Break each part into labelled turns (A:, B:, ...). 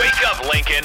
A: Wake up, Lincoln.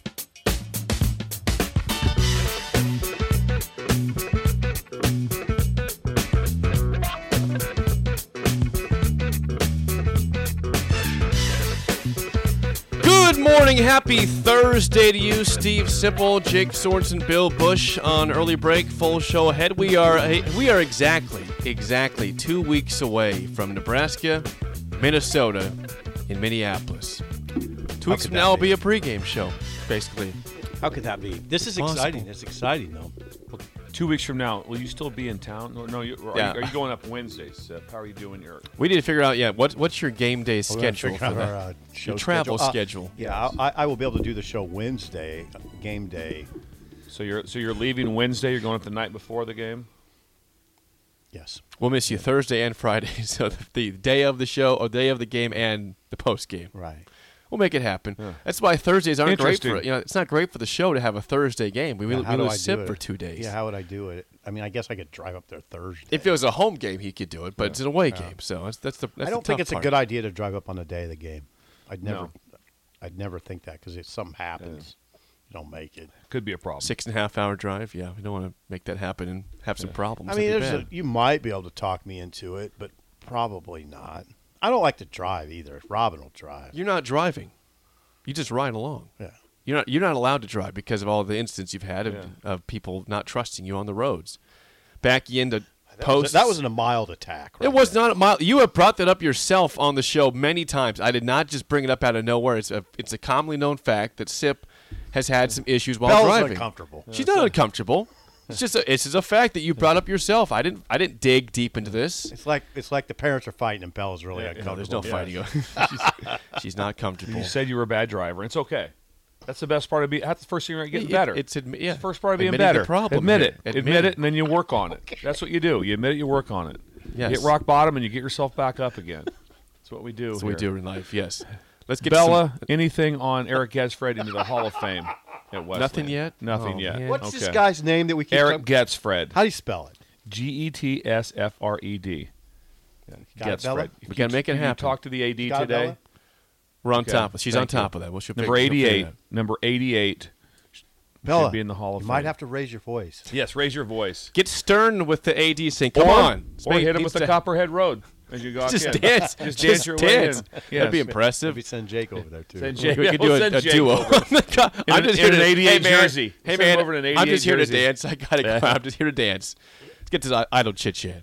B: Good morning. Happy Thursday to you, Steve Sipple, Jake Sorensen, Bill Bush on early break. Full show ahead. We are eh, we are exactly exactly two weeks away from Nebraska, Minnesota, and Minneapolis. Two weeks
C: could
B: from
C: that
B: now will
C: be?
B: be a pregame show, basically.
C: How could that be? This is
B: Possible.
C: exciting. It's exciting, though.
D: Two weeks from now, will you still be in town? No, no you, are,
B: Yeah.
D: you, are you going up Wednesdays? Sip? how are you doing, Eric?
B: We need to figure out, yeah, what what's your game day schedule for that?
C: uh,
B: your travel schedule.
C: yeah, I, I will be able to do the show Wednesday, uh, game day.
D: So you're so you're leaving Wednesday. You're going up the night before the game.
C: Yes.
B: We'll miss you Thursday and Friday. So the day of the show, or day of the game, and the post game.
C: Right.
B: We'll make it happen. That's why Thursdays aren't great for
D: Interesting.
B: you know. It's not great for the show to have a Thursday game. We, we,
C: Now, how
B: we
C: do I
B: lose
C: do
B: sip
C: it?
B: for two days.
C: Yeah, how would I do it? I mean, I guess I could drive up there Thursday.
B: if it was a home game, he could do it, but it's an away game, so that's, that's the. That's
C: I
B: the
C: don't think
B: tough
C: it's
B: part.
C: a good idea to drive up on the day of the game. I'd never,
D: No.
C: I'd never think that because if something happens, you don't make it.
D: Could be a problem.
B: six and a half hour drive. Yeah, we don't want to make that happen and have some problems.
C: I mean,
B: That'd be
C: there's a,
B: bad.
C: you might be able to talk me into it, but probably not. I don't like to drive either. Robin will drive.
B: you're not driving. You just ride along.
C: yeah.
B: You're not you're not allowed to drive because of all the incidents you've had of,
D: Yeah.
B: of people not trusting you on the roads. Back you into post.
C: That wasn't a mild attack. Right
B: It was
C: there.
B: not my. You have brought that up yourself on the show many times. I did not just bring it up out of nowhere. It's a it's a commonly known fact that Sip has had some issues while
C: Belle's
B: driving.
C: uncomfortable.
B: She's not uncomfortable. It's just a, it's just a fact that you brought up yourself. I didn't I didn't dig deep into this.
C: It's like it's like the parents are fighting and Belle's really
B: No,
C: uncomfortable.
B: there's no fighting. she's, she's not comfortable.
D: You said you were a bad driver. It's okay. That's the best part of being. That's the first thing you're getting
B: It-
D: better.
B: it's admi- yeah.
D: It's the first part of being
B: Admitting the
D: better.
B: problem
D: Admit
B: here.
D: it. Admit,
B: Admit
D: it,
B: it.
D: and then you work on it. That's what you do. You admit it. You work on it.
B: Yes.
D: You hit rock bottom, and you get yourself back up again. That's what we do.
B: That's what we
D: here.
B: do in life. Yes. Let's get
D: Bella,
B: some-
D: anything on Eric Getzfred into the Hall of Fame at Wesleyan?
B: Nothing yet?
D: Nothing
B: Oh,
D: yet.
B: man.
C: What's this
D: Okay.
C: guy's name that we keep
D: Eric
C: talking-
D: Getzfred.
C: How do you spell it?
D: G E T S F R E D.
C: Got it, Bella?
D: Getzfred. If
B: We gotta
D: you-
B: make it
D: if you
B: happen.
D: Talk to the AD
C: Got it,
D: today.
C: Bella?
B: We're on
D: Okay.
B: top. She's on
D: Thank you.
B: top of that. Well, she'll
D: Number
B: figure- she'll figure
D: eighty-eight.
B: that out.
D: Number eighty-eight.
C: Bella.
D: be in the Hall of
C: you might
D: Fame.
C: have to raise your voice.
D: Yes, raise your voice.
B: Get stern with the AD saying, "Come
D: or,
B: on,
D: or
B: Spade
D: hit him
B: needs
D: with the
B: to-
D: Copperhead Road as you go out
B: Just
D: in.
B: dance,
D: Just dance your
B: dance.
D: way in.
B: That'd be
D: Yes.
B: impressive.
C: Maybe send Jake over there too.
D: Send
B: We,
D: Jake.
B: we
D: Yeah,
B: could
D: we'll
B: do
D: send
B: a, a
D: Jake
B: duo. Oh
D: over.
B: I'm
D: In
B: just
D: an-
B: here
D: in
B: to
D: an 88
B: hey, man,
D: jersey.
B: Hey
D: Send
B: man,
D: him over in an
B: I'm just
D: 88
B: here to
D: jersey.
B: dance. I gotta. go. I'm just here to dance. Let's get to the idle chit chat.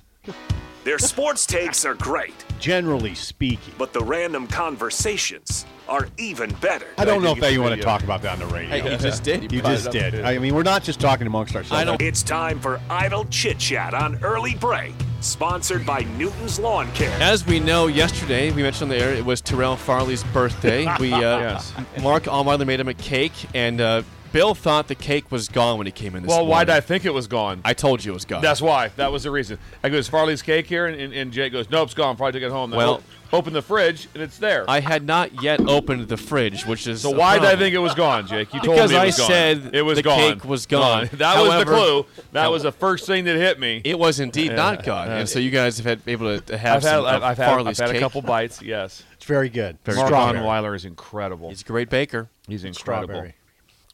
A: Their sports takes are great,
C: Generally speaking,
A: but the random conversations are even better.
C: I don't know if that you want to talk about that on the radio.
B: Hey, you just did.
C: you
B: brought
C: just
B: it up.
C: did. I mean, we're not just talking amongst ourselves.
B: I don't-
A: It's time for Idle Chit Chat on Early Break, sponsored by Newton's Lawn Care.
B: As we know, yesterday we mentioned on the air it was Terrell Farley's birthday. We uh,
D: Yes.
B: Mark Almeiler made him a cake, and uh, Bill thought the cake was gone when he came in this
D: Well,
B: morning.
D: why did I think it was gone?
B: I told you it was gone.
D: That's why. That was the reason. I go, is Farley's cake here? And, and, and Jake goes, nope, it's gone. Farley took it home. Then
B: Well-
D: o- open the fridge, and it's there.
B: I had not yet opened the fridge, which is
D: so
B: a
D: why did I
B: problem.
D: think it was gone, Jake? You told
B: Because
D: me it
B: I
D: was gone.
B: said
D: it was
B: the
D: gone.
B: cake was gone.
D: That
B: However-
D: was the clue. That was the first thing that hit me.
B: It was indeed not gone, and so you guys have had able to have
D: I've had,
B: some of
D: I've, I've had, I've
B: Farley's
D: had a
B: cake.
D: couple bites. Yes,
C: It's very good.
B: Very
D: Mark
B: Strawberry.
D: Onweiler is incredible.
B: He's a great baker.
D: He's incredible.
C: Strawberry.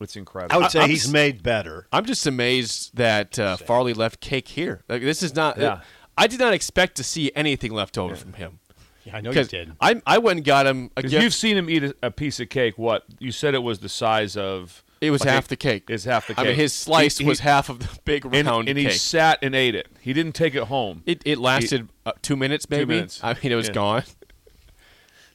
D: It's incredible.
C: I would say
B: I'm
C: he's
B: s-
C: made better.
B: I'm just amazed that uh, Farley left cake here. Like, this is not.
D: Yeah.
B: I did not expect to see anything left over from him.
C: Yeah, I know you
B: Because
C: did.
B: I, I went and got him a
D: 'Cause
B: gift.
D: You've seen him eat a, a piece of cake. What you said it was the size of.
B: it was
D: like
B: half
D: a-
B: the cake.
D: It's half the cake.
B: I mean, his slice
D: He-
B: was
D: he-
B: half of the big
D: and,
B: round
D: and
B: cake.
D: he sat and ate it. He didn't take it home.
B: it, it lasted uh, two minutes, maybe.
D: minutes.
B: I mean, it was
D: Yeah.
B: gone.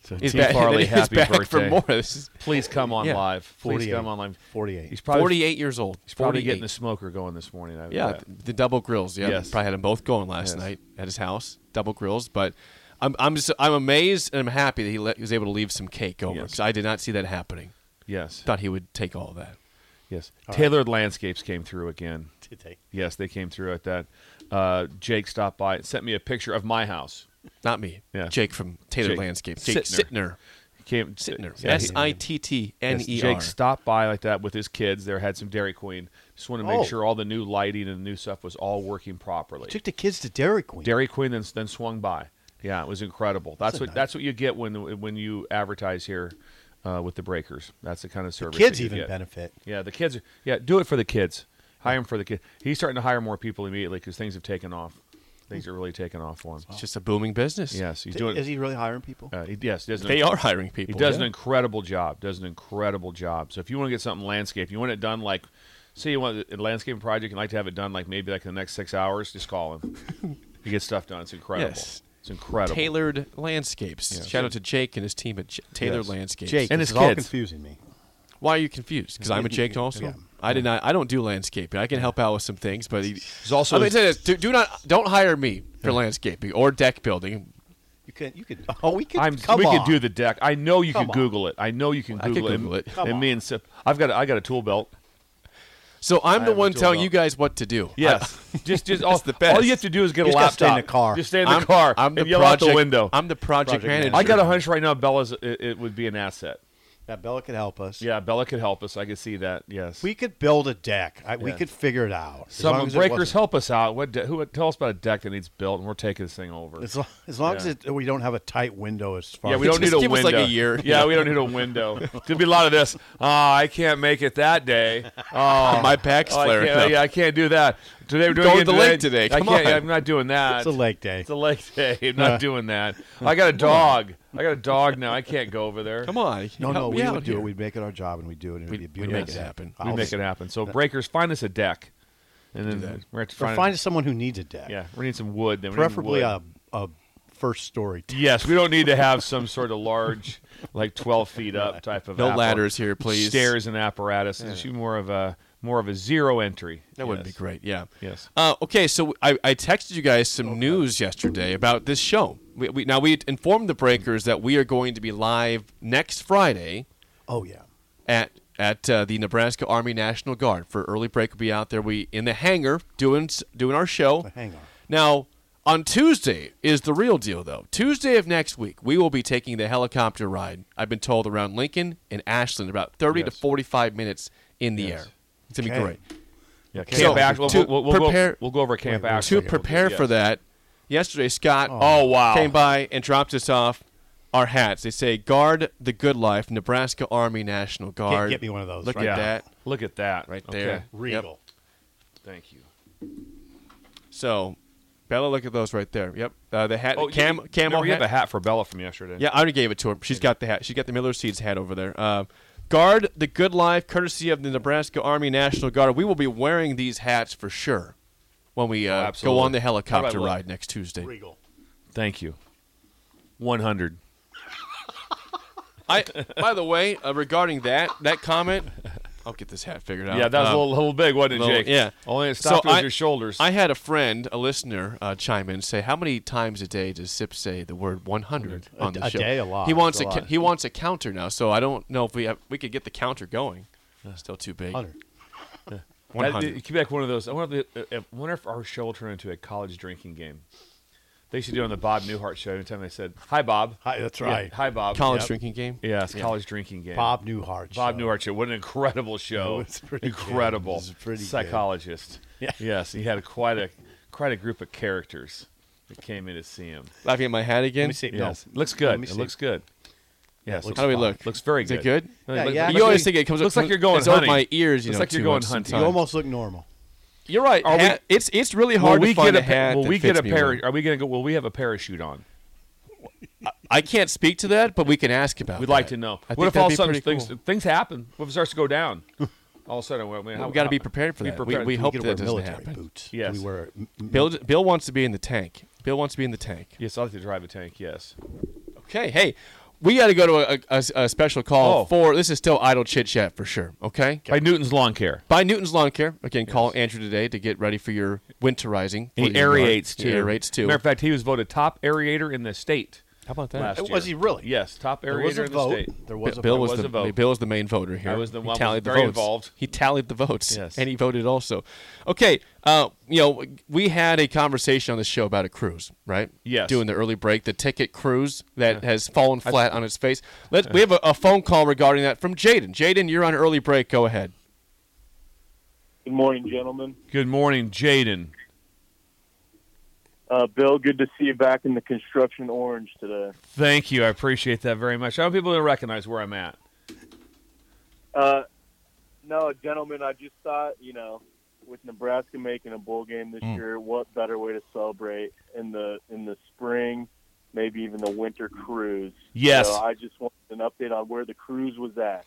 D: So
B: He's
D: Team
B: back,
D: Farley,
B: he's
D: happy
B: back
D: birthday!
B: for more. This is
D: Please come on
B: Yeah.
D: live. Please
C: 48.
D: come on live.
C: 48.
D: He's probably
B: 48 years old.
D: He's probably
B: 48.
D: getting the smoker going this morning. I would
B: Yeah,
D: bet.
B: th- the double grills. Yeah,
D: Yes.
B: probably had them both going last
D: Yes.
B: night at his house. Double grills, but I'm I'm just I'm amazed and I'm happy that he, let, he was able to leave some cake over
D: Yes.
B: 'cause I did not see that happening.
D: Yes.
B: Thought he would take all that.
D: Yes. Tailored Landscapes came through again.
C: Did they?
D: Yes, they came through at that. Uh, Jake stopped by and sent me a picture of my house.
B: Not me.
D: Yeah.
B: Jake from Taylor
D: Jake
B: Landscape. Jake
D: Sittner.
B: Sittner.
D: He came
B: Sittner.
D: Yeah, he-
B: S i t t n
D: Yes,
B: e r.
D: Jake stopped by like that with his kids. There had some Dairy Queen. Just want to make
C: Oh.
D: sure all the new lighting and new stuff was all working properly.
C: Took the kids to Dairy Queen.
D: Dairy Queen then then swung by. Yeah, it was incredible. That's, what that's what you get when when you advertise here uh, with the Breakers. That's the kind of service.
C: kids
D: that you
C: even
D: get.
C: benefit.
D: Yeah, the kids. Yeah, do it for the kids. Hire him for the kids. He's starting to hire more people immediately because things have taken off. Things are really taken off for him.
B: It's just a booming business.
D: Yes, he's
C: Is
D: doing.
C: he really hiring people?
D: uh, he, yes, he does an-
B: They are hiring people.
D: He does an
B: yeah.
D: incredible job. Does an incredible job. So if you want to get something landscaped, you want it done like, say you want a landscaping project, and like to have it done like maybe like in the next six hours, just call him. he gets stuff done. It's incredible.
B: Yes.
D: It's incredible.
B: Tailored Landscapes. Shout out to Jake and his team at J- Taylor
D: Yes.
B: Landscapes.
C: Jake,
D: And
C: this
D: his
C: is all
D: kids.
C: confusing me.
B: Why are you confused? Because I'm a Jake also. I did not. I don't do landscaping. I can help out with some things, but he,
D: He's also-
B: I mean, say this, do, do not don't hire me for landscaping or deck building.
C: You could, you could. Oh, we could.
D: I'm,
C: come
D: we
C: on.
D: could do the deck. I know you
C: Come
D: can
C: on.
D: Google it. I know you can
B: I could
D: Google,
B: Google
D: And,
B: it.
D: and me and Sip, I've got a, I got a tool belt.
B: So I'm the
D: have a
B: one
D: tool
B: telling
D: belt.
B: you guys what to do.
D: Yes, just just all,
B: the best.
D: all you have to do is get
C: You
D: a
C: just gotta
D: laptop.
C: stay in the car.
D: Just stay in
B: I,
D: the
B: am
D: car.
B: I'm the
D: and yell
B: project
D: out the window.
B: I'm the project,
C: Project
B: manager.
C: manager.
D: I got a hunch right now. Bella's it, it would be an asset.
C: That Bella could help us.
D: Yeah, Bella could help us. I could see that. Yes.
C: We could build a deck. I, We
D: Yeah.
C: could figure it out. As long
D: Someone
C: as it
D: breakers
C: wasn't-
D: help us out. What de- who tell us about a deck that needs built, and we're taking this thing over.
C: As, lo- as long as
D: Yeah.
C: it, we don't have a tight window as far.
D: yeah,
C: as
D: we don't
B: Just
D: need a
B: give us,
D: window.
B: like, a year.
D: Yeah, we don't need a window. There'll be a lot of this. Oh, I can't make it that day. Oh,
B: My back's
D: oh, I
B: flaring
D: can't-
B: up.
D: Yeah, I can't do that. Today we're doing
B: Going
D: it
B: to the lake today.
D: I
B: Come
D: can't.
B: on.
D: I'm not doing that.
C: It's a leg day.
D: It's a lake day. I'm not doing that. I got a dog. I got a dog now. I can't go over there.
B: Come on,
C: No,
B: help
C: no,
B: me
C: we
B: out
C: would do
B: here.
C: it. We'd make it our job, and we'd do it. and It'd be
B: We'd-
C: a
B: we'd
C: beautiful.
B: make it
C: deck.
B: happen.
D: We
C: I'll-
D: make it happen. So breakers, find us a deck, and then we're gonna have to
C: Or
D: find.
C: find someone who needs a deck.
D: yeah, we need some wood. Then we need
C: preferably
D: wood.
C: a a first story. deck.
D: Yes, we don't need to have some sort of large, like twelve feet up type of
B: No
D: appar-
B: ladders here, please.
D: Stairs and apparatus. It should be more of a more of a zero entry.
B: That would be
D: Yes.
B: great. Yeah.
D: Yes.
B: Uh, okay, so I, I texted you guys some news yesterday about this show. We, we, now we informed the breakers that we are going to be live next Friday.
C: Oh yeah.
B: at at uh, the Nebraska Army National Guard for early break. We'll be out there. We in the hangar doing s- doing our show.
C: The hangar.
B: Now on Tuesday is the real deal though. Tuesday of next week we will be taking the helicopter ride. I've been told around Lincoln and Ashland about thirty to
D: Yes.
B: forty five minutes in the air. It's gonna
C: Okay.
B: be great.
D: Yeah,
B: So,
D: camp Ash- we'll-
B: to
D: we'll, we'll go-
B: prepare-
D: we'll go, over camp
C: wait,
D: action.
B: To prepare for that, yesterday Scott
D: Oh, wow.
B: came by and dropped us off our hats. They say guard the good life, Nebraska Army National Guard.
C: get me one of those
B: Look
C: right
B: at
D: yeah.
B: that
D: Look at that
B: right
D: Okay.
B: there. Yep.
C: Regal.
D: Thank you.
B: So, Bella, look at those right there. Yep, uh, the hat,
D: Oh, you-
B: cam, camel
D: remember you
B: hat.
D: have a hat for Bella from yesterday.
B: Yeah, I already gave it to her. She's got the hat. She got the Miller Seeds hat over there. Uh, guard the good life, courtesy of the Nebraska Army National Guard. We will be wearing these hats for sure when we uh, go
D: Oh, absolutely.
B: on the helicopter
D: How about-
B: ride next Tuesday.
C: Regal.
D: Thank you. One hundred.
B: I, by the way, uh, regarding that that comment, I'll get this hat figured out.
D: Yeah, that was
B: Um,
D: a little, little big, wasn't it,
B: little-
D: Jake?
B: yeah.
D: Only it
B: So
D: stopped
B: I-
D: at your shoulders.
B: I had a friend, a listener, uh, chime in and say, "How many times a day does Sip say the word 100 on the
C: a
B: show?"
C: day, a lot.
B: He wants
C: It's a
B: ca-
C: lot.
B: he wants a counter now, so I don't know if we have, we could get the counter going. Still too big.
C: 100.
D: That-
C: 100.
D: it could be like one of those. I wonder if, the- uh, I wonder if our show will turn into a college drinking game. They used to do it on the Bob Newhart show. Every time they said, "Hi, Bob."
C: Hi, that's
D: Yeah,
C: right.
D: Hi, Bob.
B: College
D: Yep.
B: drinking game.
D: Yeah, it's college drinking game.
C: Bob Newhart.
D: Bob
C: show.
D: Newhart show. What an incredible show!
C: was pretty good.
D: incredible.
C: It was pretty good.
D: Psychologist.
C: Yeah.
D: Yes, he had quite a quite a group of characters that came in to see him.
B: Laughing at my hat again.
C: Let me see. No.
D: Yes, looks
C: Let
D: good.
C: me
D: It
C: see.
D: looks good. Yes.
C: looks
B: How do we
C: fine.
B: look?
D: Looks very
B: Is
D: good.
B: it good?
C: Yeah,
D: Look-
C: yeah.
D: look-
B: You always think it comes.
D: looks
B: up,
D: like you're going
B: It's over
D: hunting.
B: my ears. You
D: Looks
B: know,
D: like you're
B: too
D: going
B: much
D: hunting.
C: You
B: sometimes.
C: almost look normal.
B: You're right.
D: Are we-
B: Hat- it's it's really
D: Will
B: hard
D: we
B: to find
D: get
B: a,
D: a pa-
B: hat.
D: will
B: that
D: we get
B: fits
D: a
B: me
D: pair?
B: well.
D: Are we gonna go? Will we have a parachute on?
B: I can't speak to that, but we can ask about.
D: We'd like
B: that.
D: to know.
B: I
D: what
B: think
D: if all of a
B: that'd
D: sudden
B: be pretty
D: things
B: cool.
D: things happen? What if it starts to go down? all of a sudden, well, I mean,
B: Well,
D: how-
B: we got to
D: how-
B: be prepared for
D: be
B: that. We-
D: prepared.
B: We, hope
C: we
B: that
C: could wear
B: doesn't
C: military
B: happen.
C: boots.
D: Yes.
C: We wear m- m-
B: Bill Bill wants to be in the tank. Bill wants to be in the tank.
D: yes, I like to drive a tank. Yes,
B: Okay, hey, we got to go to a, a, a special call
D: Oh.
B: for this is still idle chit chat for sure. Okay,
D: by Newton's Lawn Care.
B: by Newton's Lawn Care again. Call Andrew today to get ready for your winterizing. for
D: He
B: your yard.
D: aerates too.
B: He aerates too.
D: Matter of fact, he was voted top aerator in the state.
B: How about that?
D: Last
C: Uh, was
D: year.
C: he really?
D: Yes, top
C: There
D: aerator
C: was a
D: in the
C: vote.
D: state.
C: There
B: Bi-
C: was a
B: Bill
C: vote.
B: was
D: was
B: the
D: a vote.
B: Bill was the main voter here.
D: I was the
B: He
D: one who
B: tallied
D: was very
B: the votes.
D: involved.
B: He tallied the votes.
D: Yes.
B: and he voted also. Okay, uh, you know, we had a conversation on the show about a cruise, right?
D: Yes.
B: Doing the early break, the ticket cruise that has fallen flat on its face. Let we have a, a phone call regarding that from Jaden. Jaden, you're on early break. Go ahead.
E: Good morning, gentlemen.
D: Good morning, Jaden.
E: Uh, Bill, good to see you back in the construction orange today.
D: Thank you. I appreciate that very much. I want people to recognize where I'm at.
E: Uh, no, gentlemen, I just thought, you know, with Nebraska making a bowl game this year, what better way to celebrate in the in the spring, maybe even the winter cruise?
D: Yes.
E: So I just want an update on where the cruise was at.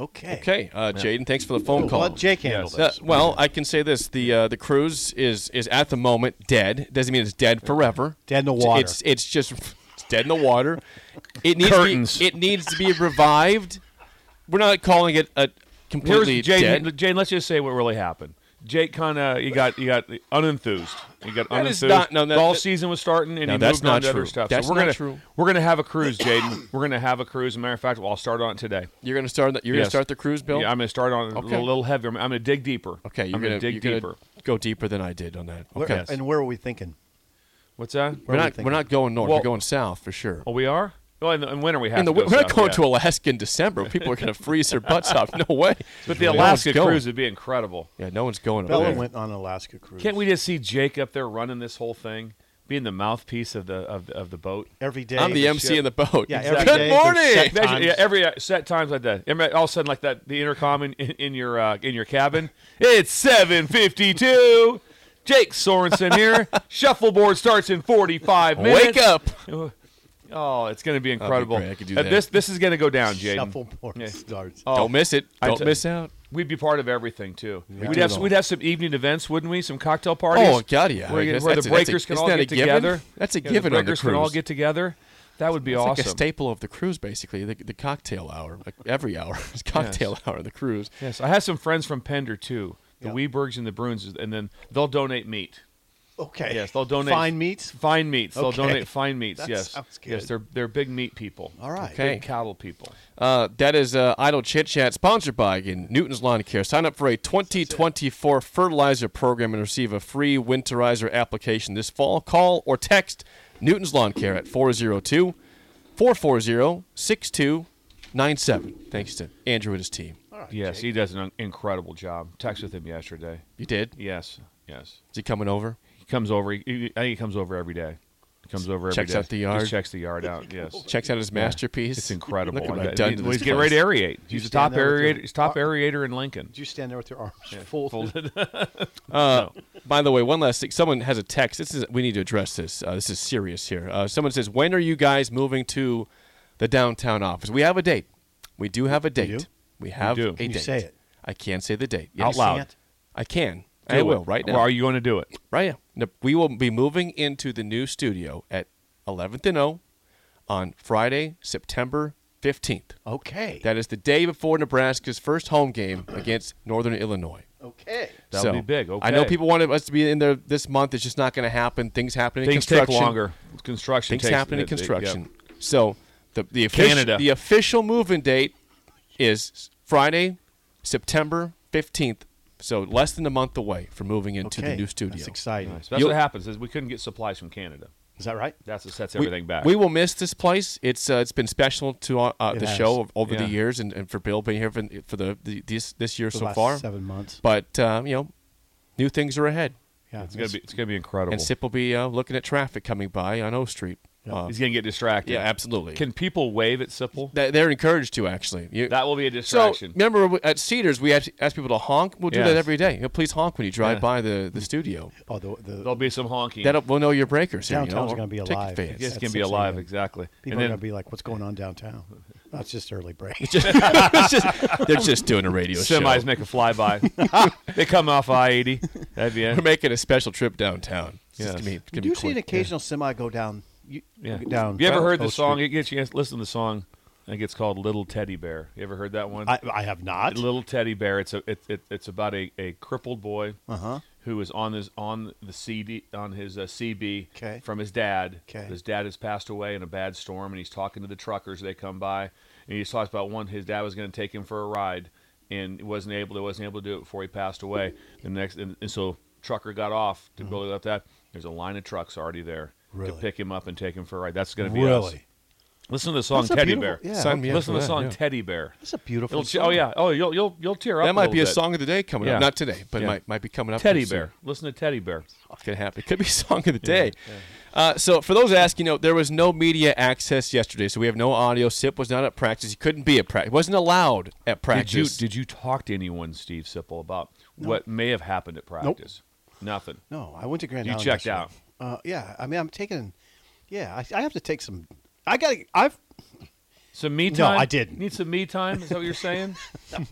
C: Okay.
B: Okay, uh, Jaden, thanks for the phone call.
C: Well, let Jake handled
B: Uh,
C: this.
B: well, I can say this: the uh, the cruise is is at the moment dead. Doesn't mean it's dead forever.
C: Dead in the
B: It's-
C: water.
B: It's it's just it's dead in the water. It needs to
D: Curtains.
B: be, it needs to be revived. We're not calling it a
D: Here's
B: completely
D: Jaden.
B: dead.
D: Jaden, let's just say what really happened. Jake kind of you got you got unenthused. You got
B: That
D: unenthused.
B: is not- no, that-
D: Golf
B: that-
D: season was starting, and
B: No,
D: he
B: that's
D: moved on
B: not
D: to
B: true.
D: other stuff.
B: That's
D: so we're
B: not
D: gonna
B: true.
D: we're gonna have a cruise, Jaden. we're gonna have a cruise. As a matter of fact, well, I'll start on it today.
B: You're gonna start. The, you're gonna
D: Yes.
B: start the cruise, Bill.
D: Yeah, I'm gonna start on it a
B: Okay.
D: little, little heavier. I'm, I'm gonna dig deeper.
B: okay, you're
D: I'm
B: gonna,
D: gonna, dig
B: you're gonna
D: deeper.
B: go deeper than I did on that.
C: Where-
B: Okay,
C: And where are we thinking?
D: What's that?
B: we're
C: are we
B: not we're
C: thinking?
B: not going north.
D: Well-
B: we're going south for sure.
D: Oh, we are. Well, in, the, in winter we have
B: In the,
D: to
B: we're
D: go
B: not
D: south,
B: going
D: yeah.
B: to Alaska in December. People are going to freeze their butts off. No way.
D: But the
B: No one's
D: Alaska
B: going.
D: cruise would be incredible.
B: Yeah, no one's going. up
C: Bella
B: there.
C: went on an Alaska cruise.
D: Can't we just see Jake up there running this whole thing, being the mouthpiece of the of, the- of the boat?
C: Every day.
B: I'm the MC
D: ship.
B: in the boat.
C: Yeah, every
B: Good
C: day,
B: morning.
C: there's
D: Imagine-
C: Times.
D: yeah, every uh, set times like that. Every- All of a sudden, like that, the intercom in, in, in your uh, in your cabin. It's seven fifty two. Jake Sorensen here. Shuffleboard starts in forty five minutes.
B: Wake up.
D: Oh, it's going to be incredible.
B: great. I could do
D: Uh,
B: that.
D: This this is going to go down, Jaden.
C: Shuffleboard
D: Yeah.
C: starts.
D: Oh,
B: Don't miss it.
D: I
B: Don't
D: t-
B: miss out.
D: We'd be part of everything too. We'd
B: do
D: have
B: though.
D: we'd have some evening events, wouldn't we? Some cocktail parties.
B: Oh, God, yeah. I
D: Where, you-
B: guess
D: where the
B: that's a- that's a-
D: breakers can
B: isn't
D: all
B: that
D: get
B: a given?
D: together.
B: That's a
D: Yeah, the
B: given on the
D: breakers can all
B: cruise.
D: get together. That would be
B: It's
D: awesome.
B: like a staple of the cruise, basically. The, the cocktail hour, like every hour is cocktail hour on the cruise.
D: Yes, I have some friends from Pender too, the Weebergs and the Bruins, and then they'll donate meat.
C: Okay.
D: Yes, they'll donate
C: Fine meats.
D: Fine meats.
C: Okay.
D: They'll donate fine meats.
C: That
D: yes,
C: sounds
D: yes,
C: good.
D: they're they're big meat people.
C: All right.
B: Okay.
D: big cattle people.
B: Uh, that is uh, Idle Chit Chat, sponsored by again, Newton's Lawn Care. Sign up for a 2024 fertilizer program and receive a free winterizer application this fall. Call or text Newton's Lawn Care at 402 440 6297. Thanks to Andrew and his team.
D: yes, he does an un- incredible job. Text with him yesterday.
B: You did?
D: Yes, yes.
B: Is he coming over?
D: He comes over. He, he- I think he comes over every day. He comes over every day.
B: Checks out the yard.
D: Just checks the yard out. Yes.
B: Checks out his masterpiece.
D: It's incredible.
B: Look at what
D: Like that.
B: I've done
D: He-
B: to
D: well,
B: this
D: he's getting ready to
B: place.
D: aerate. He's
C: you
D: the top
C: stand there with your-
D: aerator. He's top aerator in Lincoln.
C: Did you stand there with your arms folded?
B: By the way, one last thing. Someone has a text. This is we need to address this. Uh, this is serious here. Uh, someone says, "When are you guys moving to the downtown office?" We have a date. We do have a date.
C: do?
B: We have
D: do.
B: a
D: Can
C: you
B: date.
C: say it?
B: I can't say the date
D: Out
B: Yes.
D: loud.
C: can't?
B: I can.
D: Do
B: I
D: it.
B: will right now.
D: Well, are you going to do it?
B: Right now. No, We will be moving into the new studio at 11th and O on Friday, September 15th.
C: Okay.
B: That is the day before Nebraska's first home game against Northern Illinois.
C: okay.
D: That'll be big. Okay.
B: I know people wanted us to be in there this month. It's just not going to happen. Things happen in
D: Things take
B: construction.
D: longer. Construction.
B: Things
D: takes,
B: happen in
D: it- it- yeah.
B: construction. So the the official
D: Canada.
B: the official move-in date is Friday, September 15th. So less than a month away from moving into
C: Okay,
B: the new studio.
C: That's exciting.
D: That's
B: You'll-
D: what happens is we couldn't get supplies from Canada.
C: Is that right?
D: That's what sets
B: We-
D: everything back.
B: We will miss this place. It's uh, it's been special to uh, uh,
C: It
B: the
C: has.
B: show over the
D: Yeah.
B: years, and, and for Bill being here for, for the, the this this year
C: The
B: so
C: last
B: far.
C: seven months.
B: But um, you know, new things are ahead,
C: yeah,
D: it's gonna be it's gonna be incredible.
B: and Sip will be uh, looking at traffic coming by on O Street. Uh,
D: He's gonna get distracted.
B: yeah, absolutely.
D: Can people wave at Sipple?
B: They- They're encouraged to actually. You-
D: That will be a
B: so
D: distraction.
B: remember w- at Cedars we asked asked people to honk. We'll do that
D: Yes.
B: every day. You know, please honk when you drive
D: Yeah.
B: by the, the studio.
C: Oh, the, the
D: There'll be some honking.
B: That'll we'll know your breakers. here, you know,
C: downtown's
B: or
C: going to be
B: ticket
C: alive.
B: fans.
D: it's
C: at
D: gonna be
C: 6
D: alive,
C: a.m.
D: exactly.
C: People are
D: and
C: going
D: then
C: to be like, "What's going on downtown?" That's just early break.
B: It's just- they're just doing a radio
D: semis
B: show.
D: make a flyby. they come off I eighty. That'd be it.
B: We're making a special trip downtown. It's just
D: Yes.
B: gonna be- it's
C: you
B: gonna be
C: do see an
B: quick.
C: occasional semi go down. You,
D: Yeah.
C: down.
D: You ever
C: O-
D: heard
C: O
D: the song?
C: Street.
D: You get a chance to listen to the song. I think it's called Little Teddy Bear. You ever heard that one?
C: I, I have not.
D: Little Teddy Bear. It's a it, it, it's about a, a crippled boy
C: Uh-huh.
D: who is on his on the CD on his uh, CB
C: 'Kay.
D: from his dad.
C: 'Kay.
D: His dad has passed away in a bad storm, and he's talking to the truckers. They come by, and he just talks about one. His dad was going to take him for a ride, and he wasn't able. He wasn't able to do it before he passed away. The next, and, and so trucker got off to go about that. There's a line of trucks already there
C: Mm-hmm. Really?
D: to pick him up and take him for a ride. That's going to be us.
C: Really?
D: Listen to the song
C: That's a
D: Teddy Bear.
C: beautiful- yeah,
B: Sign me up
D: Listen
B: for
D: to the
B: that,
D: song
B: yeah.
D: Teddy Bear.
C: That's a beautiful.
D: It'll, che-
C: song.
D: oh yeah. Oh, you'll you'll you'll tear up.
B: That might
D: little
B: be a
D: bit.
B: song of the day coming
D: Yeah.
B: up. Not today, but
D: Yeah.
B: might might be coming up.
D: Teddy
B: pretty soon.
D: Bear. Listen to Teddy Bear.
B: It could happen. It could be song of the day. Uh, so for those asking, you know, there was no media access yesterday, so we have no audio. Sip was not at practice. He couldn't be at practice. wasn't allowed at
D: Did you
B: practice.
D: did you talk to anyone, Steve Sipple, about what may have happened at practice? Nothing.
C: No, I went to Grand.
D: You
C: Island
D: checked
C: yesterday. Uh, yeah, I mean, I'm taking. Yeah, I, I have to take some. I got. to I've.
D: Some me
C: No,
D: time.
C: I didn't.
D: Need some me time. Is that what you're saying?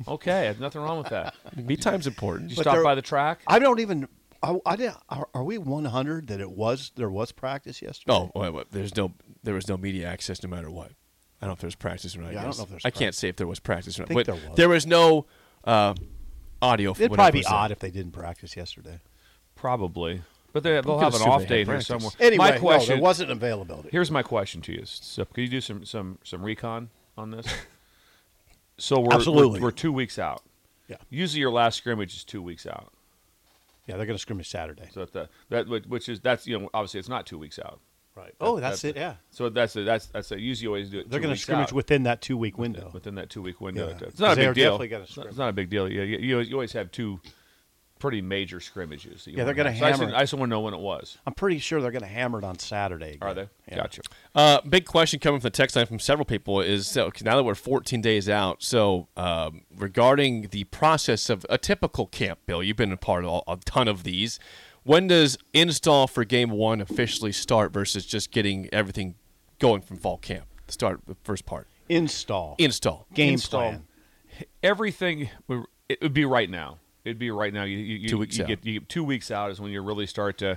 D: okay, there's nothing wrong with that.
B: Me time's important.
D: You
C: But
D: stop
C: there-
D: by the track.
C: I don't even. I, I didn't, are, are we 100 that it was there was practice yesterday?
B: No, Oh, wait, wait, there's no there was no media access no matter what. I don't know if there was practice or not.
C: Yeah, I don't
B: guess.
C: know if there's
B: I can't say if there was practice or not.
C: I think
B: but
C: there was.
B: no uh, audio. for
C: It'd
B: whatever
C: probably be
B: was there.
C: odd if they didn't practice yesterday.
D: Probably, but they, they'll
B: could
D: have an
B: assume
D: off
B: they
D: day
B: had
D: here
B: practice.
D: somewhere.
C: Anyway,
D: my
C: no,
D: question
C: there wasn't availability.
D: Here's my question to you. So, could you do some some some recon on this? so we're,
C: Absolutely.
D: we're we're two weeks out.
C: Yeah.
D: Usually, your last scrimmage is two weeks out.
C: yeah, they're going to scrimmage Saturday.
D: So that, that that which is that's you know obviously it's not two weeks out.
C: Right. Oh, that's, it. Yeah,
D: So that's a, that's that's a, usually always do it.
C: they're
D: two
C: going to
D: weeks
C: scrimmage
D: out
C: within that two week window.
D: within that two week window.
C: Yeah.
D: It's not a
C: They are
D: big deal.
C: definitely gonna
D: It's not- it's not a big deal. Yeah, you, you, you always have two pretty major scrimmages. that you
C: Yeah, they're
D: wanna
C: gonna
D: have. So I just
C: hammer
D: didn't-
C: it.
D: I just want to know when it was.
C: I'm pretty sure they're going to hammer it on Saturday.
D: Are they?
C: again. Yeah.
D: Gotcha.
B: Uh, big question coming from the text line from several people is so now that we're 14 days out. So um, regarding the process of a typical camp, Bill, you've been a part of a ton of these. When does install for game one officially start versus just getting everything going from fall camp? Start the first part.
C: Install.
B: Install.
C: Game
D: Install.
C: plan.
D: everything we- it would be right now. It'd be right now. You, you, you-
B: Two weeks
D: you
B: out.
D: Get, you get two weeks out is when you really start to.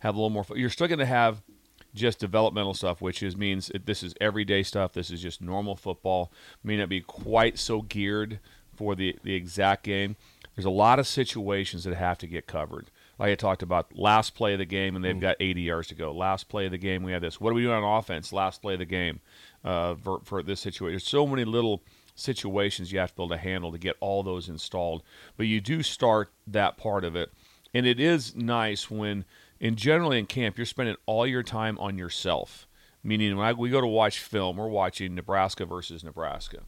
D: have a little more fun. You're still going to have just developmental stuff, which is means it, this is everyday stuff. This is just normal football. May not be quite so geared for the the exact game. There's a lot of situations that have to get covered. Like I talked about, last play of the game, and they've got 80 yards to go. Last play of the game, we have this. What are we doing on offense? Last play of the game uh, for, for this situation. There's so many little situations you have to be able to handle to get all those installed. But you do start that part of it. And it is nice when, in generally in camp, you're spending all your time on yourself. Meaning, when I, we go to watch film, we're watching Nebraska versus Nebraska.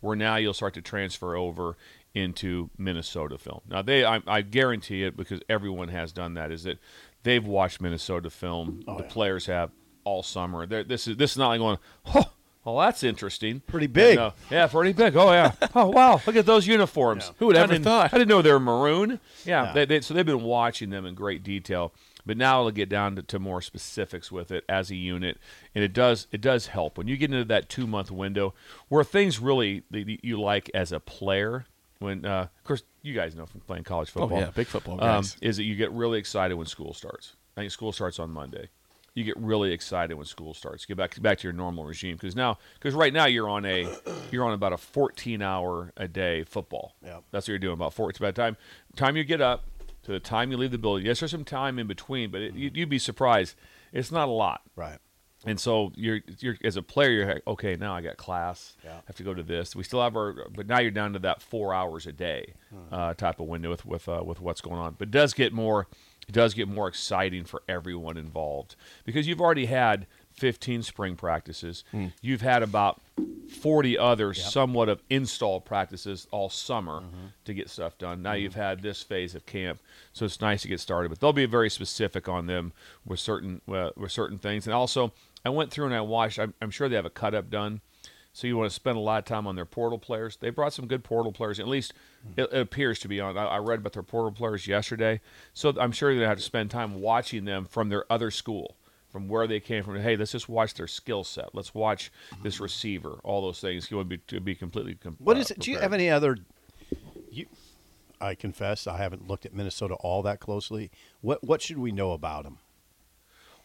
D: Where now you'll start to transfer over into Minnesota film. Now they, I, I guarantee it because everyone has done that. Is that they've watched Minnesota film?
C: Oh,
D: the players have all summer. They're, this is this is not like going. Oh, well, that's interesting.
C: Pretty big.
D: And, uh, yeah, pretty big. Oh yeah. Oh wow. Look at those uniforms. Who would
B: ever thought?
D: I didn't know they were maroon. Yeah. They, they, so they've been watching them in great detail, but now it'll get down to, to more specifics with it as a unit, and it does it does help when you get into that two month window where things really that y- you like as a player. When uh, of course you guys know from playing college football.
B: Oh, yeah, big football
D: um,
B: guys.
D: is that you get really excited when school starts. I think school starts on Monday. You get really excited when school starts. Get back back to your normal regime because now because right now you're on a you're on about a 14 hour a day football. Yeah, that's what you're doing about four. It's about time time you get up to the time you leave the building. Yes, there's some time in between, but it, you, you'd be surprised. It's not a lot.
C: Right.
D: And so you're you're as a player, you're like, okay, now I got class. I have to go to this. We still have our, but now you're down to that four hours a day uh, type of window with with uh, with what's going on. But it does get more, it does get more exciting for everyone involved because you've already had 15 spring practices. You've had about 40 other somewhat of install practices all summer to get stuff done. Now you've had this phase of camp, so it's nice to get started. But they'll be very specific on them with certain uh, with certain things. And also, I went through and I watched. I'm, I'm sure they have a cut up done, so you want to spend a lot of time on their portal players. They brought some good portal players. At least it, it appears to be on. I, I read about their portal players yesterday, so I'm sure they're gonna have to spend time watching them from their other school from where they came from. Hey, let's just watch their skill set. Let's watch this receiver. All those things. You would be to be completely. Com-
C: What
D: uh,
C: is it? Do you
D: prepared.
C: have any other? You, I confess, I haven't looked at Minnesota all that closely. What What should we know about them?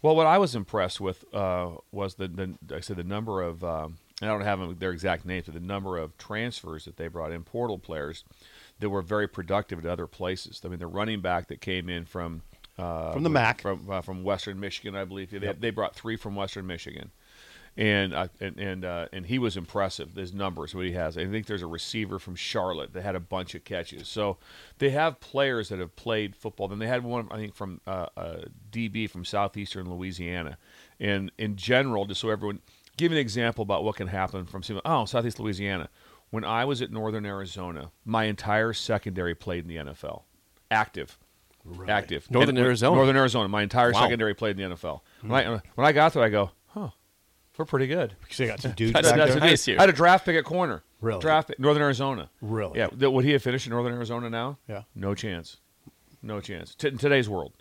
D: Well, what I was impressed with uh, was the, the I said the number of um, and I don't have them- their exact names, but the number of transfers that they brought in portal players that were very productive at other places. I mean, the running back that came in from uh,
C: From the MAC.
D: from uh, from Western Michigan, I believe they, they brought three from Western Michigan. And, uh, and and uh, and he was impressive. His numbers, what he has. I think there's a receiver from Charlotte that had a bunch of catches. So they have players that have played football. Then they had one, I think, from uh, uh, DB from southeastern Louisiana. And in general, just so everyone, give you an example about what can happen from some- oh southeast Louisiana. When I was at Northern Arizona, my entire secondary played in the NFL, active, active.
B: Northern
D: when-
B: Arizona.
D: Northern Arizona. My entire secondary played in the NFL.
C: Hmm.
D: When, I, uh, when I got there, I go, huh, we're pretty good.
C: Because they got some dudes
D: I
C: back
D: had,
C: there.
D: I,
B: Nice
D: had,
B: year.
D: I had a draft pick at corner.
C: Really?
D: Draft pick, Northern Arizona.
C: Really?
D: Yeah. th- Would he have finished in Northern Arizona now?
C: Yeah.
D: No chance. No chance. T- in today's world,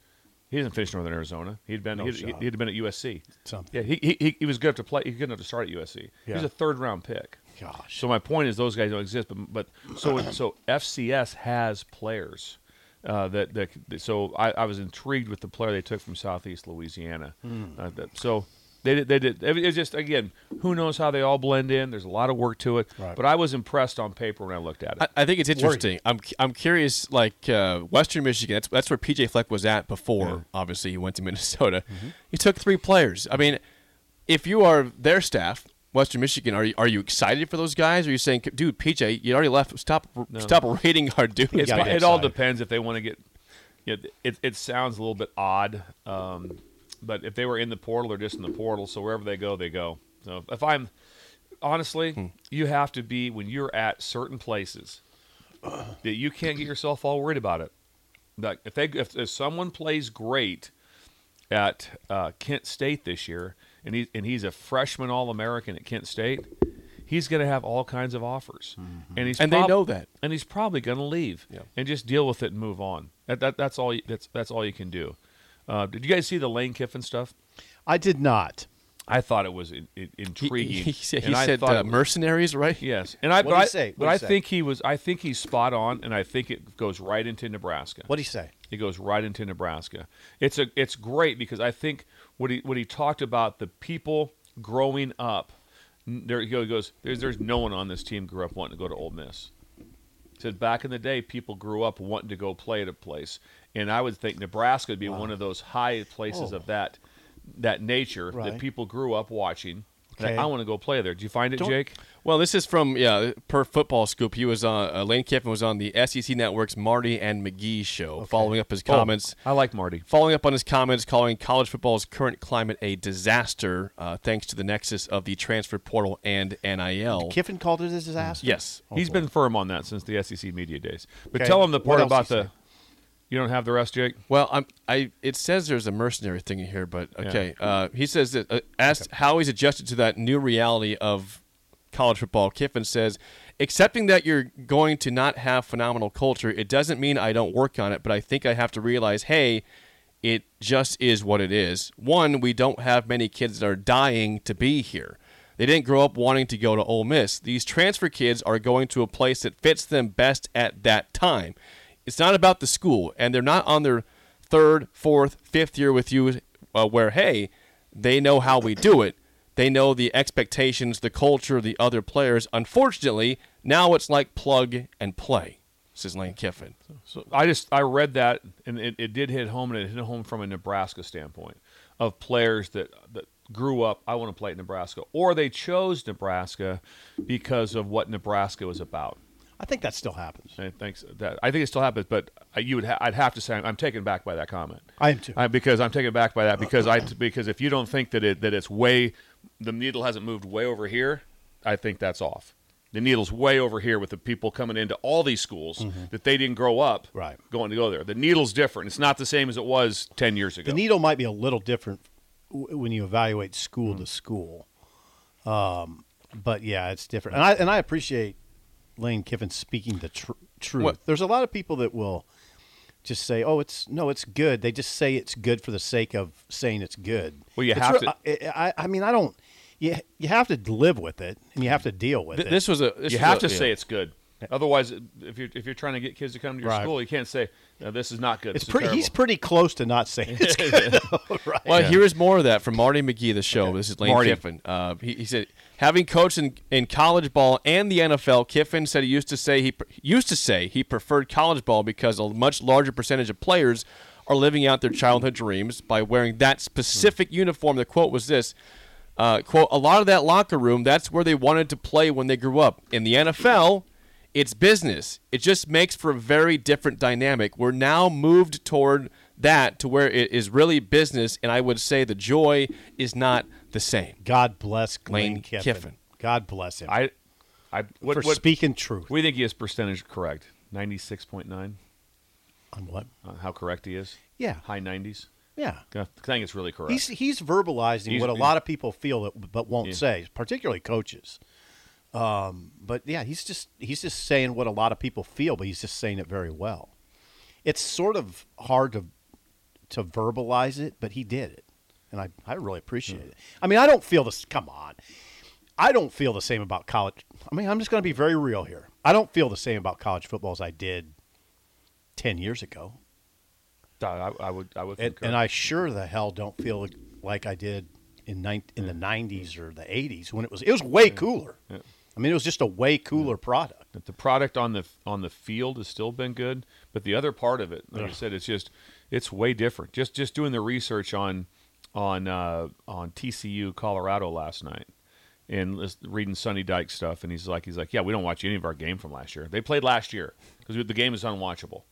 D: he hasn't finished Northern Arizona. He'd been he'd,
C: shot.
D: he'd have been at USC.
C: Something.
D: Yeah. He, he- he, he was good enough to play. He was good enough to start at USC. He was
C: Yeah.
D: a third round pick.
C: Gosh.
D: So my point is those guys don't exist. But, but so so FCS has players. Uh, that, that so I, I was intrigued with the player they took from Southeast Louisiana.
C: Hmm.
D: Uh, that, so they did, they did. It's just again, who knows how they all blend in? There's a lot of work to it.
C: Right.
D: But I was impressed on paper when I looked at it.
B: I, I think it's interesting. I'm cu- I'm curious. Like uh, Western Michigan, that's that's where PJ Fleck was at before. Obviously, he went to Minnesota.
D: Mm-hmm.
B: He took three players. I mean, if you are their staff, Western Michigan, are you are you excited for those guys? Or are you saying, dude, PJ, you already left. Stop stop rating our dudes.
D: It's,
C: gotta
D: it
C: get
D: all
C: excited.
D: depends if they want to get. You know, it it sounds a little bit odd, um, but if they were in the portal, they're just in the portal. So wherever they go, they go. So if I'm honestly,
C: Hmm.
D: you have to be when you're at certain places that you can't get yourself all worried about it. Like if they if, if someone plays great at uh, Kent State this year, and he and he's a freshman All American at Kent State, he's going to have all kinds of offers, and he's
B: Mm-hmm. And they know that.
D: and he's probably going to leave and just deal with it and move on. That, that that's all you, that's that's all you can do. Uh, did you guys see the Lane Kiffin stuff?
C: I did not.
D: I thought it was in, in,
B: He,
D: intriguing.
B: he, he said, he
D: and I
B: said
D: thought
B: uh,
D: it was-
B: mercenaries, right?
D: Yes, and I
C: What'd
D: but
C: he
D: I,
C: say?
D: but
C: What'd he
D: I
C: say?
D: think he was I think he's spot on, and I think it goes right into Nebraska.
C: What do you say?
D: It goes right into Nebraska. It's a it's great because I think what he what he talked about the people growing up. n- There he goes. There's there's no one on this team grew up wanting to go to Ole Miss. He said back in the day, people grew up wanting to go play at a place, and I would think Nebraska would be one of those high places of that that nature
C: Oh. Right.
D: that people grew up watching Like,
C: Okay.
D: I want to go play there. Did you find it, Jake?
B: Well, this is from yeah, per football scoop. He was on uh, Lane Kiffin was on the SEC Network's Marty and McGee show, following up his comments.
D: Oh, I like Marty.
B: Following up on his comments calling college football's current climate a disaster, uh, thanks to the nexus of the transfer portal and NIL.
C: Kiffin called it a disaster.
B: Yes.
D: He's been firm on that since the SEC media days. But
C: Oh, Okay.
D: tell him the
C: What
D: part
C: else
D: about
C: he
D: the.
C: said?
D: You don't have the rest, Jake.
B: Well, I'm, I it says there's a mercenary thing in here, but okay. Uh, he says that uh, asked how he's adjusted to that new reality of college football. Kiffin says, accepting that you're going to not have phenomenal culture, it doesn't mean I don't work on it, but I think I have to realize, hey, it just is what it is. One, we don't have many kids that are dying to be here. They didn't grow up wanting to go to Ole Miss. These transfer kids are going to a place that fits them best at that time. It's not about the school, and they're not on their third, fourth, fifth year with you, uh, where hey, they know how we do it. They know the expectations, the culture, the other players. Unfortunately, now it's like plug and play. Says Lane Kiffin.
D: So I just I read that and it, it did hit home and it hit home from a Nebraska standpoint of players that that grew up I want to play at Nebraska or they chose Nebraska because of what Nebraska was about.
C: I think that still happens.
D: And thanks that I think it still happens, but you would ha- I'd have to say I'm, I'm taken back by that comment.
C: I am too.
D: I, because I'm taken back by that because I because if you don't think that it that it's way the needle hasn't moved way over here, I think that's off. The needle's way over here with the people coming into all these schools that they didn't grow up
C: Mm-hmm. Right.
D: going to go there. The needle's different. It's not the same as it was ten years ago.
C: The needle might be a little different w- when you evaluate school
D: Hmm.
C: to school, um, but yeah, it's different. And I and I appreciate Lane Kiffin speaking the tr- truth.
B: What-
C: There's a lot of people that will just say, "Oh, it's no, it's good." They just say it's good for the sake of saying it's good.
D: Well, you
C: It's
D: have
C: I, I I mean, I don't. You you have to live with it, and you have to deal with
B: Th-
C: it.
B: this was a. This
D: you
B: was
D: have
B: a-
D: to
B: yeah.
D: say it's good. Otherwise, if you're if you're trying to get kids to come to your
C: Right.
D: school, you can't say no, this is not good.
C: it's
D: This is
C: pretty. He's
D: terrible."
C: pretty close to not saying it's good, though, right?
B: Well, here is more of that from Marty McGee, the show. This is Lane
D: Marty.
B: Kiffin. Uh, he, he said, having coached in, in college ball and the NFL, Kiffin said he used to say he pre- used to say he preferred college ball because a much larger percentage of players are living out their childhood dreams by wearing that specific uniform. The quote was this. Uh, quote, a lot of that locker room, that's where they wanted to play when they grew up. In the NFL, it's business. It just makes for a very different dynamic. We're now moved toward that to where it is really business, and I would say the joy is not the same.
C: God bless Lane,
B: Lane
C: Kiffin.
B: Kiffin.
C: God bless him
D: I, I what,
C: for
D: what,
C: speaking truth.
D: We think he is percentage correct. Ninety six point nine.
C: on what?
D: Uh, how correct he is?
C: Yeah.
D: high nineties.
C: Yeah.
D: I think it's really correct.
C: He's he's verbalizing
D: He's-
C: what a lot of people feel that, but won't
D: Yeah.
C: say, particularly coaches. Um, but yeah, he's just he's just saying what a lot of people feel, but he's just saying it very well. It's sort of hard to to verbalize it, but he did it, and I I really appreciate
D: Hmm.
C: it. I mean, I don't feel this. Come on, I don't feel the same about college. I mean, I'm just going to be very real here. I don't feel the same about college football as I did ten years ago.
D: I, I- I would. I would.
C: And,
D: concur.
C: and I sure the hell don't feel like I did in nine, in the '90s or the '80s when it was it was way cooler. I mean, it was just a way cooler product.
D: That the product on the on the field has still been good, but the other part of it, like I said, it's just it's way different. Just just doing the research on on uh, on TCU Colorado last night and lis- reading Sonny Dyke stuff, and he's like he's like, yeah, we don't watch any of our game from last year. They played last year because the game is unwatchable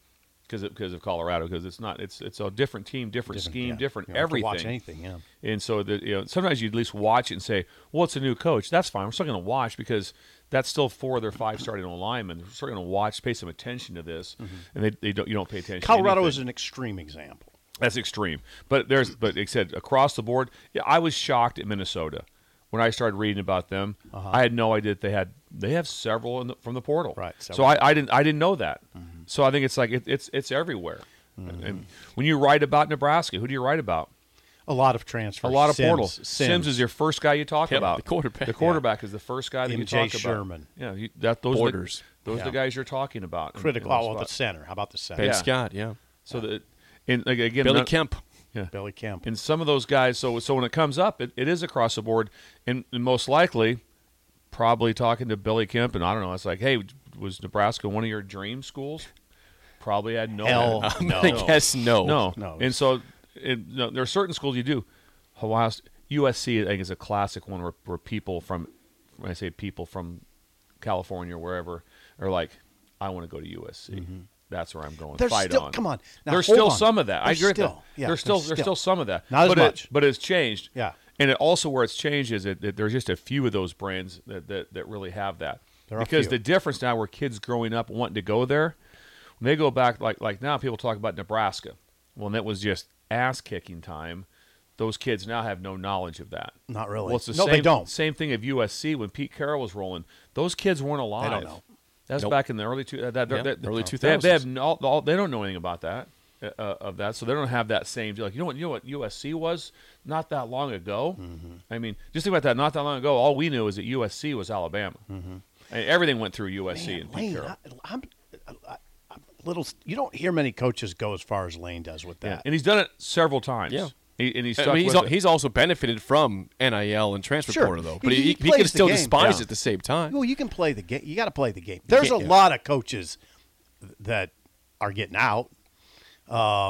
D: because because of Colorado because it's not it's it's a different team, different, scheme,
C: yeah.
D: different
C: You don't have to
D: everything.
C: watch anything, yeah.
D: And so the, you know, sometimes you at least watch it and say, "Well, it's a new coach. That's fine. We're still going to watch because that's still four of their five starting linemen. We're still going to watch, pay some attention to this." And they, they don't you don't pay attention. to
C: Mm-hmm. Colorado
D: anything.
C: is an extreme example.
D: That's extreme. But there's, but like I said, across the board, yeah, I was shocked at Minnesota when I started reading about them.
C: Uh-huh.
D: I had no idea that they had they have several in the, from the portal.
C: Right,
D: So
C: several. Mm-hmm.
D: I, I didn't I didn't know that. So I think it's like it, it's it's everywhere. And- And when you write about Nebraska, who do you write about?
C: A lot of transfers.
D: A lot of
C: Sims,
D: portals.
C: Sims.
D: Sims. is your first guy you talk
B: Yeah,
D: about.
B: the quarterback.
D: The quarterback is the first guy that you
C: MJ
D: talk about.
C: Sherman.
D: Yeah, you, that those
B: Borders.
D: Are the, those are the guys you're talking about. in- in
C: critical.
D: those
C: Oh, well, the
D: spots.
C: center. How about the center?
B: Ben
D: Yeah.
B: Scott, yeah.
D: so that and like, again,
B: Billy
D: not-
B: Kemp.
C: Billy Campbell.
D: and some of those guys. So so when it comes up, it, it is across the board, and, and most likely, probably talking to Billy Kemp, and I don't know. It's like, hey, was Nebraska one of your dream schools? Probably had no.
C: Hell
D: idea.
C: Oh, no.
B: I guess no.
D: no,
C: No.
D: And so it, no, there are certain schools you do. Ohio, St- USC, I think, is a classic one where, where people from, when I say people from California or wherever, are like, I want to go to USC. That's where I'm going.
C: Mm-hmm. There's
D: Fight
C: still-
D: on.
C: come on. Now,
D: there's
C: hold
D: still
C: on.
D: some of that. I
C: There's
D: agree with
C: still-
D: that.
C: yeah,
D: there's still
C: there's
D: there's
C: still.
D: still some of that.
C: Not as
D: But it-
C: much.
D: but it's changed.
C: Yeah.
D: And it also where it's changed is that, that there's just a few of those brands that that, that really have that.
C: There are
D: because the
C: few.
D: difference now where kids growing up wanting to go there, when they go back like like now people talk about Nebraska. When that was just ass kicking time, those kids now have no knowledge of that.
C: Not really.
D: Well, it's the
C: No,
D: same,
C: they don't.
D: Same thing of USC when Pete Carroll was rolling. Those kids weren't alive.
C: know.
D: That's
B: Nope.
D: back in the early two. uh, That, that,
B: Yeah,
D: that-
B: early
D: They have, they, have
B: 2000s.
D: no, all, they don't know anything about that uh, uh, of that, so they don't have that same. Like you know what you know what USC was not that long ago.
C: Mm-hmm.
D: I mean, just think about that. Not that long ago, all we knew is that USC was Alabama. And everything went through USC
C: Mm-hmm. Man,
D: and Pete
C: Lane,
D: Carroll.
C: I, I'm, I, I'm little. You don't hear many coaches go as far as Lane does with
D: yeah.
C: that.
D: And he's done it several times.
B: Yeah.
D: He, and he's
B: I
D: stuck
B: mean, he's,
D: with
B: al-
D: it.
B: he's also benefited from NIL and transfer
C: Sure.
B: portal, though. But
C: He-
B: he,
C: he
B: he,
C: plays
B: can
C: the
B: still
C: game.
B: despise
C: Yeah.
B: it at the same time.
C: Well, you can play the game. You got to play the game. There's a
B: can't- yeah.
C: lot of coaches that are getting out. Um,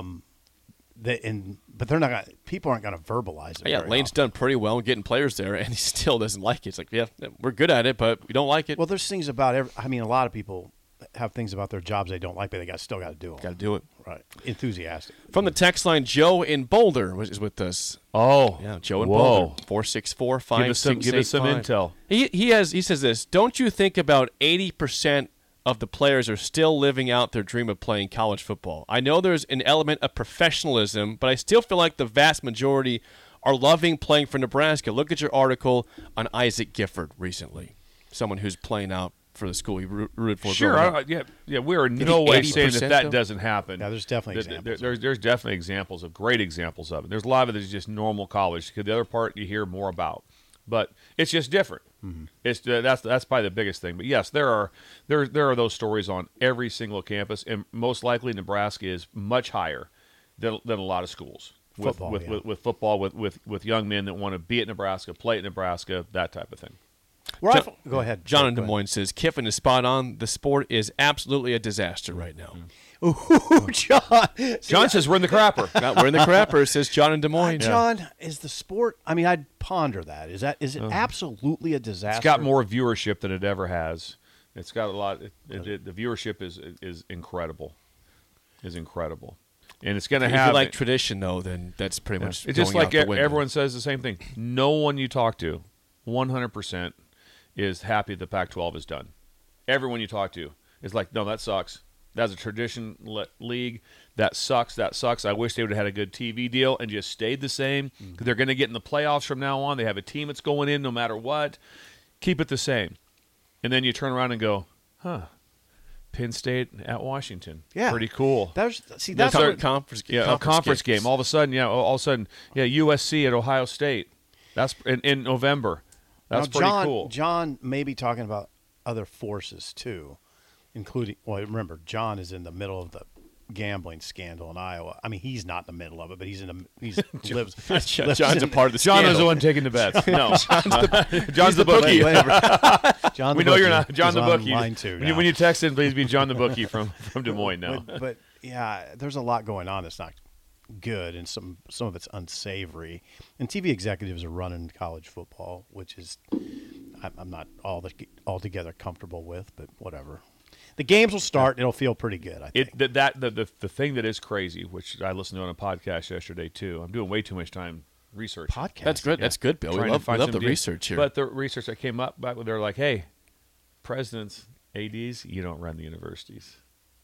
C: that and but they're not gonna. People aren't gonna verbalize it.
B: yeah,
C: very
B: Lane's
C: often.
B: done pretty well in getting players there, and he still doesn't like it. It's like, yeah, we're good at it, but we don't like it.
C: Well, there's things about. Every, I mean, a lot of people have things about their jobs they don't like, but they got still got to do them.
B: got to do it.
C: Right. Enthusiastic.
B: From the text line, Joe in Boulder was, is with us.
D: oh
B: Yeah, Joe in
D: whoa.
B: Boulder. Four six four
D: Give
B: five
D: us some-
B: six
D: give us
B: eight
D: some
B: five.
D: intel.
B: He he has he says this. Don't you think about eighty percent of the players are still living out their dream of playing college football? I know there's an element of professionalism, but I still feel like the vast majority are loving playing for Nebraska. Look at your article on Isaac Gifford recently, someone who's playing out for the school he roo- rooted for.
D: Sure,
B: growing
D: I,
B: up.
D: yeah, yeah. We are in no way saying
B: 80%
D: that that
B: though?
D: doesn't happen.
C: Yeah, there's definitely
D: There-
C: examples.
D: there- there's there's definitely examples of great examples of it. There's a lot of it is just normal college. 'cause the other part you hear more about, but it's just different.
C: Mm-hmm.
D: It's uh, that's that's probably the biggest thing. But yes, there are there there are those stories on every single campus, and most likely Nebraska is much higher than than a lot of schools. With,
C: Football,
D: with,
C: yeah.
D: with, with football, with, with, with young men that want to be at Nebraska, play at Nebraska, that type of thing.
C: Where I
B: Jo-
C: fo- go ahead.
B: John in
C: Go
B: Des
C: ahead.
B: Moines says Kiffin is spot on. The sport is absolutely a disaster right
D: Mm-hmm.
B: now.
C: Ooh, John.
D: John says we're in the crapper.
B: Uh, We're in the crapper, says John in Des Moines.
C: John, Uh. is the sport? I mean, I'd ponder that. Is that is it absolutely a disaster?
D: It's got more viewership than it ever has. It's got a lot. It, it, it- the viewership is is incredible, is incredible, and it's going to
B: If you
D: have
B: like tradition, though, then that's pretty much
D: it's just
B: going
D: like
B: out
D: e-
B: the window.
D: everyone says the same thing. No one you talk to, one hundred percent, is happy the Pac-12 is done. Everyone you talk to is like, no, that sucks. That's a tradition le- league. That sucks. That sucks. I wish they would have had a good TV deal and just stayed the same. They're going to get in the playoffs from now on. They have a team that's going in no matter what. Keep it the same. And then you turn around and go, huh, Penn State at Washington.
C: Yeah.
D: Pretty cool.
C: There's see
B: That's
C: that's
B: our
C: what,
B: conference,
D: Yeah, a conference game. All of a sudden, yeah, all all of a sudden, yeah, USC at Ohio State. That's in, in November. That's
C: now
D: pretty
C: John.
D: cool.
C: John may be talking about other forces too, including. Well, remember John is in the middle of the gambling scandal in Iowa. I mean, he's not in the middle of it, but he's in the he's lives. lives
B: John's a
C: in-
B: part of the
D: John was the
B: scandal.
D: one taking the bets. No, John's the, bookie.
C: John
D: We
C: the
D: know you're not
C: bookie
D: John
C: is
D: the
C: on
D: bookie.
C: Mine too.
D: When you,
C: now.
D: when you text in, please be John the bookie from from Des Moines. Now,
C: but, but yeah, there's a lot going on that's not good, and some some of it's unsavory. And TV executives are running college football, which is I'm, I'm not all the, altogether comfortable with, but whatever. The games will start; it'll feel pretty good. I think.
D: it that, that the, the the thing that is crazy, which I listened to on a podcast yesterday too. I'm doing way too much time research.
C: Podcast.
B: That's good. That's good, Bill. We
D: trying to
B: love, we
D: find
B: love the
D: some deal.
B: research here.
D: But the research that came up, back when they're like, hey, presidents, ADs, you don't run the universities.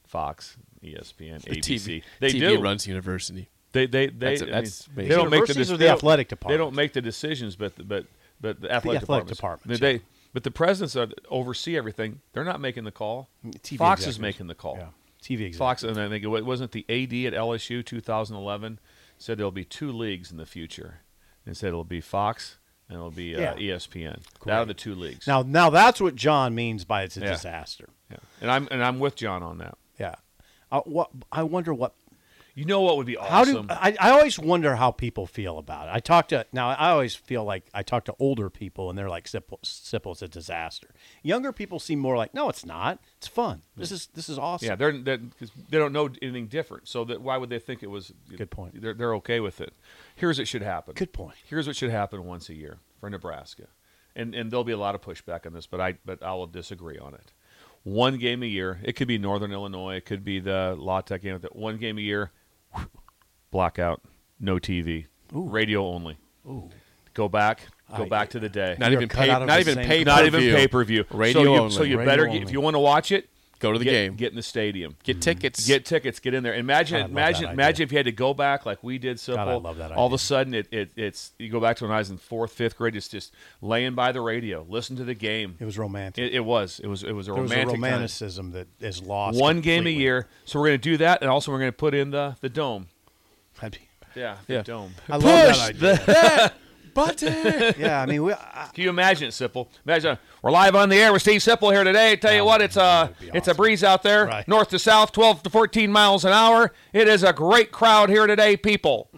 D: Fox, E ESPN,
B: the
D: ABC,
B: TV,
D: they
B: TV
D: do.
B: runs university.
D: They they they.
B: That's-
D: I mean,
B: that's
D: they
B: amazing.
D: don't make the,
C: Universities
D: dec-
C: or the
D: they don't-
C: athletic
D: They don't
C: department?
D: make the decisions, but the, but but the athletic,
C: athletic
D: departments.
C: departments,
D: They,
C: yeah.
D: they- but the presidents that oversee everything. They're not making the call.
C: TV
D: Fox
C: executives.
D: is making the call.
C: Yeah. TV executives.
D: Fox, and I think it wa- wasn't the AD at LSU 2011 said there'll be two leagues in the future, and said it'll be Fox and it'll be uh,
C: Yeah.
D: ESPN. That are the two leagues.
C: Now, now that's what John means by it's a
D: Yeah.
C: disaster.
D: yeah. and I'm and I'm with John on that.
C: Yeah. I, what, I wonder what
D: You know what would be
C: How
D: awesome?
C: do uh, I, I always wonder how people feel about it? I talk to now. I always feel like I talk to older people, and they're like, "Simple, simple is a disaster." Younger people seem more like, "No, it's not. It's fun. This is this is awesome."
D: yeah, they're, they're 'cause they don't know anything different. So that why would they think it was
C: Good point.
D: They're, they're okay with it. Here's what should happen.
C: Good point.
D: Here's what should happen once a year for Nebraska, and and there'll be a lot of pushback on this, but I but I will disagree on it. One game a year. It could be Northern Illinois. It could be the La Tech game. That one game a year. Blackout. No TV. Radio only. Go back. Go back to the day.
B: Not
C: You're
B: even
C: cut
B: pay.
C: out of
B: Not
C: the
B: even
C: same-
B: pay.
D: Not even pay per view.
B: Radio
D: so you,
B: only.
D: So you
C: Radio
D: better get, if
C: only.
D: you want to watch it,
B: Go to the
D: get,
B: game. Get,
D: Get in the stadium.
B: tickets.
D: Get tickets. Get in there. Imagine,
C: God, I love
D: imagine,
C: that idea.
D: imagine if you had to go back like we did. Simple.
C: I love that
D: All of
C: idea.
D: a sudden, it, it it's you go back to when I was in fourth, fifth grade. It's just laying by the radio, listen to the game.
C: It was romantic.
D: It, it was. It was. It was a
C: there was a
D: romantic. time.
C: romanticism that is lost.
D: One game a
C: completely.
D: year. So we're going to do that, and also we're going to put in the the dome.
C: I'd be-
D: Yeah, the
B: Yeah.
D: dome.
C: I love that idea.
B: button.
C: yeah, I mean, we, I,
D: Can you imagine it, Sipple? Imagine we're live on the air with Steve Sipple here today. Tell you what, it's a
C: be
D: it's a
C: awesome.
D: breeze out there,
C: Right.
D: north to south, twelve to fourteen miles an hour. It is a great crowd here today, people.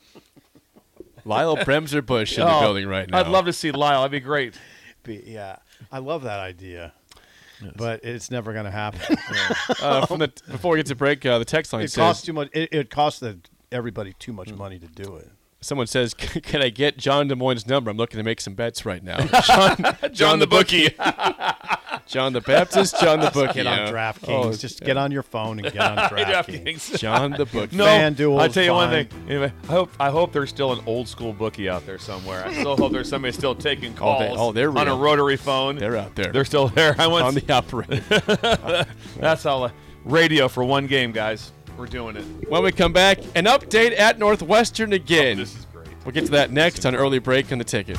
B: Lyle Bremser Bush in
D: Oh,
B: the building right now.
D: I'd love to see Lyle. That'd be great.
C: be, yeah, I love that idea, but it's never going to happen.
B: Uh, from the, before we get to break, uh, the text line
C: it
B: says
C: costs too much. It, it costs the, everybody too
D: Hmm.
C: much money to do it.
B: someone says, "C- "Can I get John Des Moines' number? I'm looking to make some bets right now." John, John, the bookie, John the Baptist, John the bookie.
C: Get
B: Oh, yeah.
C: on DraftKings. Just get on your phone and get on DraftKings.
B: John the bookie.
D: No,
C: FanDuel
D: I'll
C: is
D: tell you one
C: fine.
D: thing. Anyway, I hope I hope there's still an old school bookie out there somewhere. I still hope there's somebody still taking
B: Oh,
D: calls
B: they- oh, they're
D: on a
B: real.
D: rotary phone.
B: they're out there.
D: They're still there. I
B: on
D: went.
B: the operator.
D: that's all. I- Radio for one game, guys. We're doing it.
B: when we come back, an update at Northwestern again.
D: Oh, This is great.
B: We'll get to that next on early break on the ticket.